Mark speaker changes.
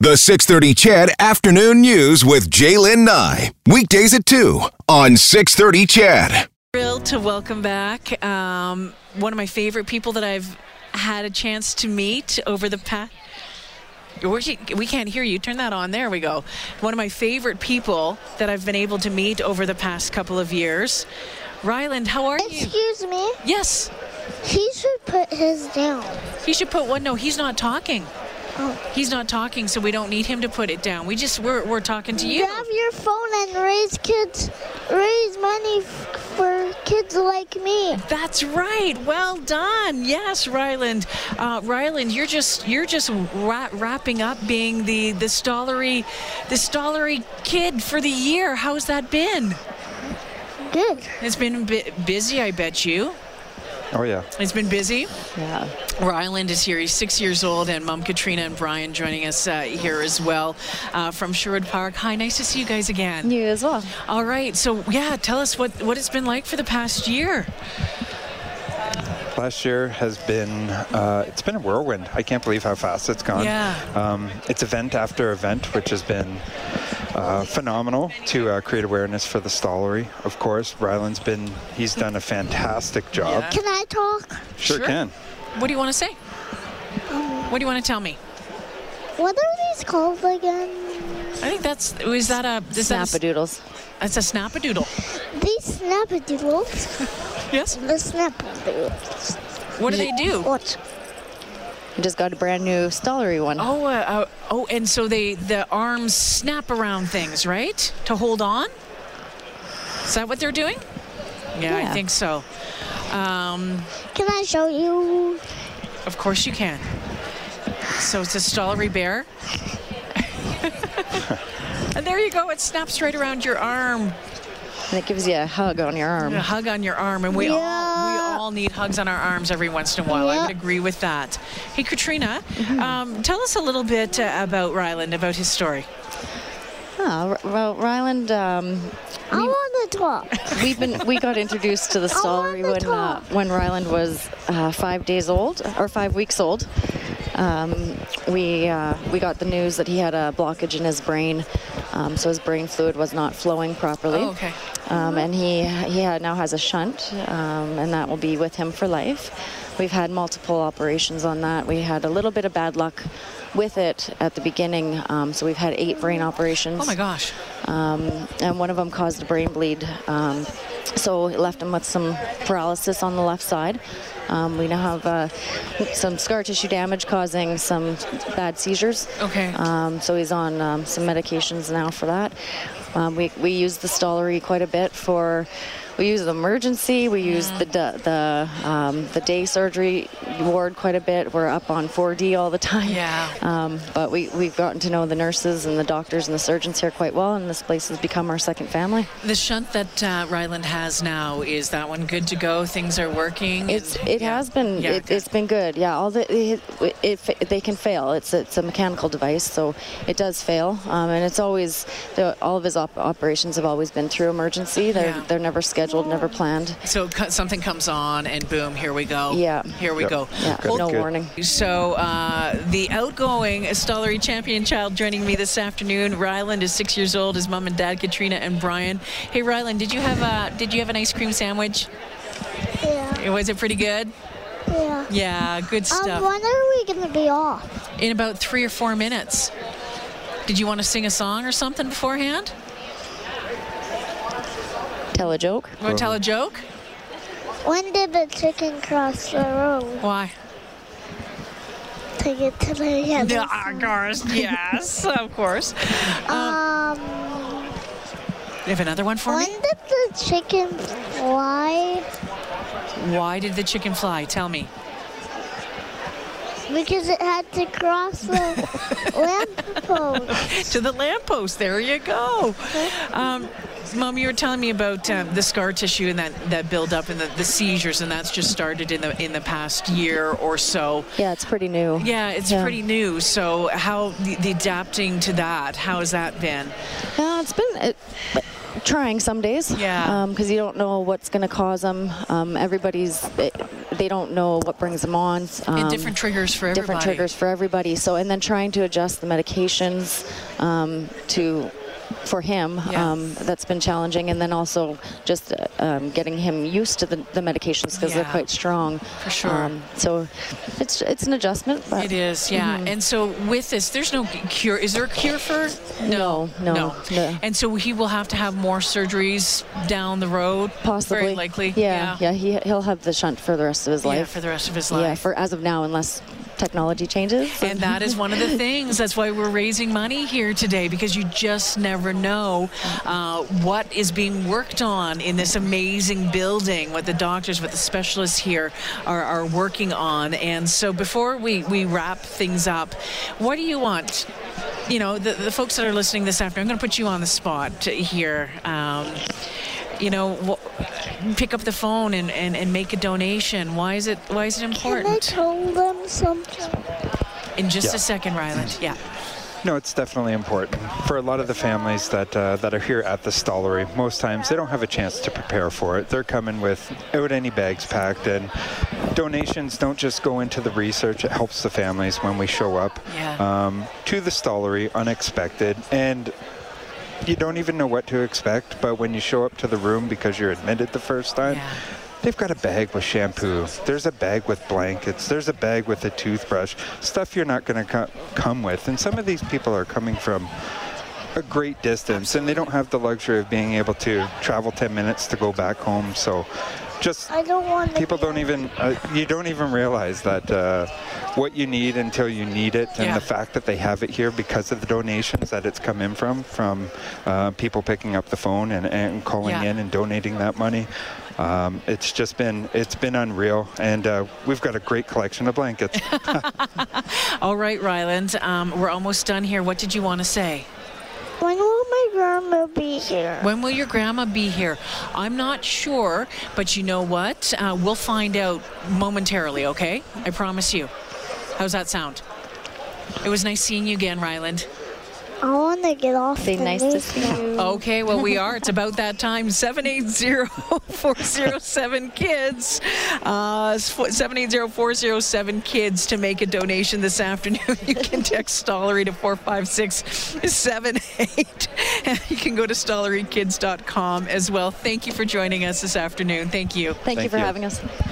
Speaker 1: The 630 Chad Afternoon News with Jaylen Nye. Weekdays at 2 on 630 Chad.
Speaker 2: Thrilled to welcome back um, one of my favorite people that I've had a chance to meet over the past. We can't hear you. Turn that on. There we go. One of my favorite people that I've been able to meet over the past couple of years. Ryland, how are you?
Speaker 3: Excuse me.
Speaker 2: Yes,
Speaker 3: He should put his down.
Speaker 2: he should put one. No, he's not talking.
Speaker 3: Oh.
Speaker 2: He's not talking, so we don't need him to put it down. We just we're we're talking to you.
Speaker 3: Grab your phone and raise kids, raise money f- for kids like me.
Speaker 2: That's right. Well done. Yes, Ryland. Uh, Ryland, you're just you're just ra- wrapping up being the the stollery the stollery kid for the year. How's that been?
Speaker 3: Good.
Speaker 2: It's been bu- busy, I bet you.
Speaker 4: Oh yeah.
Speaker 2: It's been busy.
Speaker 5: Yeah.
Speaker 2: Ryland is here. He's six years old, and Mom Katrina and Brian joining us uh, here as well uh, from Sherwood Park. Hi, nice to see you guys again.
Speaker 5: You as well.
Speaker 2: All right. So yeah, tell us what what it's been like for the past year.
Speaker 4: Last year has been uh, it's been a whirlwind. I can't believe how fast it's gone.
Speaker 2: Yeah.
Speaker 4: Um, it's event after event, which has been uh, phenomenal to uh, create awareness for the stallery. Of course, Ryland's been he's done a fantastic job.
Speaker 2: Yeah.
Speaker 3: Can I talk?
Speaker 4: Sure,
Speaker 2: Sure.
Speaker 4: can.
Speaker 2: What do you want to say? What do you want to tell me?
Speaker 3: What are these called again?
Speaker 2: I think that's is that a is that a,
Speaker 5: Snapadoodles.
Speaker 2: that's a snapadoodle?
Speaker 3: These snappadoodles.
Speaker 2: Yes.
Speaker 3: The snappadoodles.
Speaker 2: What do they do?
Speaker 3: What?
Speaker 5: We just got a brand new stallery one.
Speaker 2: Oh, uh, uh, oh, and so they the arms snap around things, right? To hold on. Is that what they're doing? Yeah, I
Speaker 5: Yeah.
Speaker 2: think so. Um,
Speaker 3: Can I show you?
Speaker 2: of course you can. So it's a stollery bear. and there you go. It snaps right around your arm.
Speaker 5: And it gives you a hug on your arm.
Speaker 2: A hug on your arm, and we all
Speaker 3: Yeah.
Speaker 2: we all need hugs on our arms every once in a while. I would
Speaker 3: Yeah.
Speaker 2: agree with that. Hey, Katrina,
Speaker 5: Mm-hmm.
Speaker 2: um, tell us a little bit uh, about Ryland, about his story.
Speaker 5: Oh, R- well, Ryland, um,
Speaker 3: I want to talk.
Speaker 5: we've been we got introduced to the
Speaker 3: I want
Speaker 5: stallery
Speaker 3: the
Speaker 5: when uh,
Speaker 3: top.
Speaker 5: when Ryland was uh, five days old or five weeks old. Um, we uh, we got the news that he had a blockage in his brain, um, so his brain fluid was not flowing properly.
Speaker 2: Oh, okay.
Speaker 5: Um, and he he had, now has a shunt, um, and that will be with him for life. We've had multiple operations on that. We had a little bit of bad luck with it at the beginning, um, so we've had eight brain operations
Speaker 2: Oh my gosh.
Speaker 5: um, and one of them caused a brain bleed. Um, so it left him with some paralysis on the left side. Um, we now have uh, some scar tissue damage causing some bad seizures.
Speaker 2: Okay.
Speaker 5: Um, so he's on um, some medications now for that. Um, we, we use the stollery quite a bit for. We use the emergency. We use the da- the um, the day surgery ward quite a bit. We're up on 4D all the time.
Speaker 2: Yeah.
Speaker 5: Um, but we, we've gotten to know the nurses and the doctors and the surgeons here quite well, and this place has become our second family.
Speaker 2: The shunt that uh, Ryland has now is that one good to go? Things are working.
Speaker 5: It's,
Speaker 2: and-
Speaker 5: it
Speaker 2: yeah.
Speaker 5: has been
Speaker 2: Yeah,
Speaker 5: it,
Speaker 2: okay.
Speaker 5: it's been good. Yeah, all the it, it, they can fail. It's it's a mechanical device, so it does fail. Um, and it's always the, all of his op- operations have always been through emergency. They're
Speaker 2: Yeah.
Speaker 5: they're never scheduled, never planned.
Speaker 2: so co- something comes on, and boom, here we go.
Speaker 5: Yeah.
Speaker 2: Here we
Speaker 4: Yep.
Speaker 2: go.
Speaker 5: Yeah,
Speaker 4: Good,
Speaker 5: no
Speaker 4: good.
Speaker 5: warning.
Speaker 2: So uh, the outgoing Stollery champion child joining me this afternoon, Ryland is six years old. His mom and dad, Katrina and Brian. Hey, Ryland, did you have a did you have an ice cream sandwich?
Speaker 3: Yeah.
Speaker 2: Was it pretty good?
Speaker 3: Yeah.
Speaker 2: Yeah, good
Speaker 3: Um,
Speaker 2: stuff.
Speaker 3: when are we gonna be off?
Speaker 2: In about three or four minutes. Did you want to sing a song or something beforehand?
Speaker 5: Tell a joke.
Speaker 2: Want to tell a joke?
Speaker 3: When did the chicken cross the road?
Speaker 2: Why?
Speaker 3: to get to the yellow
Speaker 2: of course. Yes, of course.
Speaker 3: Um,
Speaker 2: You have another one for
Speaker 3: when
Speaker 2: me?
Speaker 3: did the chicken fly?
Speaker 2: Why did the chicken fly? Tell me.
Speaker 3: Because it had to cross the lamppost.
Speaker 2: to the lamppost. There you go. Um, Mom, you were telling me about um, the scar tissue and that, that buildup and the, the seizures, and that's just started in the in the past year or so.
Speaker 5: Yeah, it's pretty new.
Speaker 2: Yeah, it's
Speaker 5: Yeah.
Speaker 2: pretty new. So how the, the adapting to that? How has that been?
Speaker 5: Yeah, it's been uh, trying some days.
Speaker 2: Yeah.
Speaker 5: Because you don't know what's going to cause them. Um, everybody's they, they don't know what brings them on.
Speaker 2: And
Speaker 5: um,
Speaker 2: different triggers for everybody.
Speaker 5: different triggers for everybody. So, and then trying to adjust the medications um, to for him.
Speaker 2: Yeah.
Speaker 5: Um, that's been challenging, and then also just uh, um, getting him used to the, the medications because
Speaker 2: Yeah.
Speaker 5: they're quite strong. Um,
Speaker 2: For sure.
Speaker 5: so, it's it's an adjustment. But
Speaker 2: It
Speaker 5: mm-hmm.
Speaker 2: is, yeah. And so with this, there's no cure. Is there a cure for?
Speaker 5: No, no, no.
Speaker 2: And so he will have to have more surgeries down the road.
Speaker 5: Possibly.
Speaker 2: Very likely.
Speaker 5: Yeah, yeah. he, he'll have the shunt for the rest of his
Speaker 2: Yeah,
Speaker 5: life.
Speaker 2: for the rest of his
Speaker 5: Yeah,
Speaker 2: life.
Speaker 5: for as of now, unless technology changes.
Speaker 2: And that is one of the things. That's why we're raising money here today because you just never know uh, what is being worked on in this amazing building, what the doctors, what the specialists here are, are working on. And so before we, we wrap things up, what do you want? You know, the, the folks that are listening this afternoon, I'm going to put you on the spot here. Um, you know, wh- pick up the phone and, and, and make a donation. Why is it why is it
Speaker 3: Can
Speaker 2: important?
Speaker 3: I tell them something?
Speaker 2: In just
Speaker 4: Yeah.
Speaker 2: a second, Ryland. Yeah.
Speaker 4: No, it's definitely important for a lot of the families that uh, that are here at the stallery. Most times they don't have a chance to prepare for it. They're coming without any bags packed, and donations don't just go into the research. It helps the families when we show up
Speaker 2: Yeah.
Speaker 4: um, to the stallery unexpected and. You don't even know what to expect, but when you show up to the room because you're admitted the first time,
Speaker 2: Yeah.
Speaker 4: They've got a bag with shampoo. There's a bag with blankets. There's a bag with a toothbrush. Stuff you're not going to co- come with. And some of these people are coming from a great distance and they don't have the luxury of being able to travel 10 minutes to go back home. So just
Speaker 3: I don't want to
Speaker 4: people don't even uh, you don't even realize that uh, what you need until you need it and
Speaker 2: Yeah.
Speaker 4: the fact that they have it here because of the donations that it's come in from from uh, people picking up the phone and, and calling
Speaker 2: Yeah.
Speaker 4: in and donating that money um, it's just been it's been unreal and uh, we've got a great collection of blankets
Speaker 2: All right, Ryland. Um, we're almost done here. What did you want to say?
Speaker 3: When will my grandma be here?
Speaker 2: When will your grandma be here? I'm not sure, but you know what? Uh, we'll find out momentarily, okay? I promise you. How's that sound? It was nice seeing you again, Ryland.
Speaker 3: I want to get off
Speaker 5: Be
Speaker 3: the
Speaker 5: nice to
Speaker 3: news
Speaker 5: see
Speaker 3: now.
Speaker 5: you.
Speaker 2: Okay, well, we are. It's about that time. 780-407-KIDS. Uh, 780-407-KIDS to make a donation this afternoon. You can text Stollery to 45678. And you can go to stollerykids.com as well. Thank you for joining us this afternoon. Thank you.
Speaker 5: Thank, you
Speaker 4: Thank
Speaker 5: for
Speaker 4: you.
Speaker 5: having us.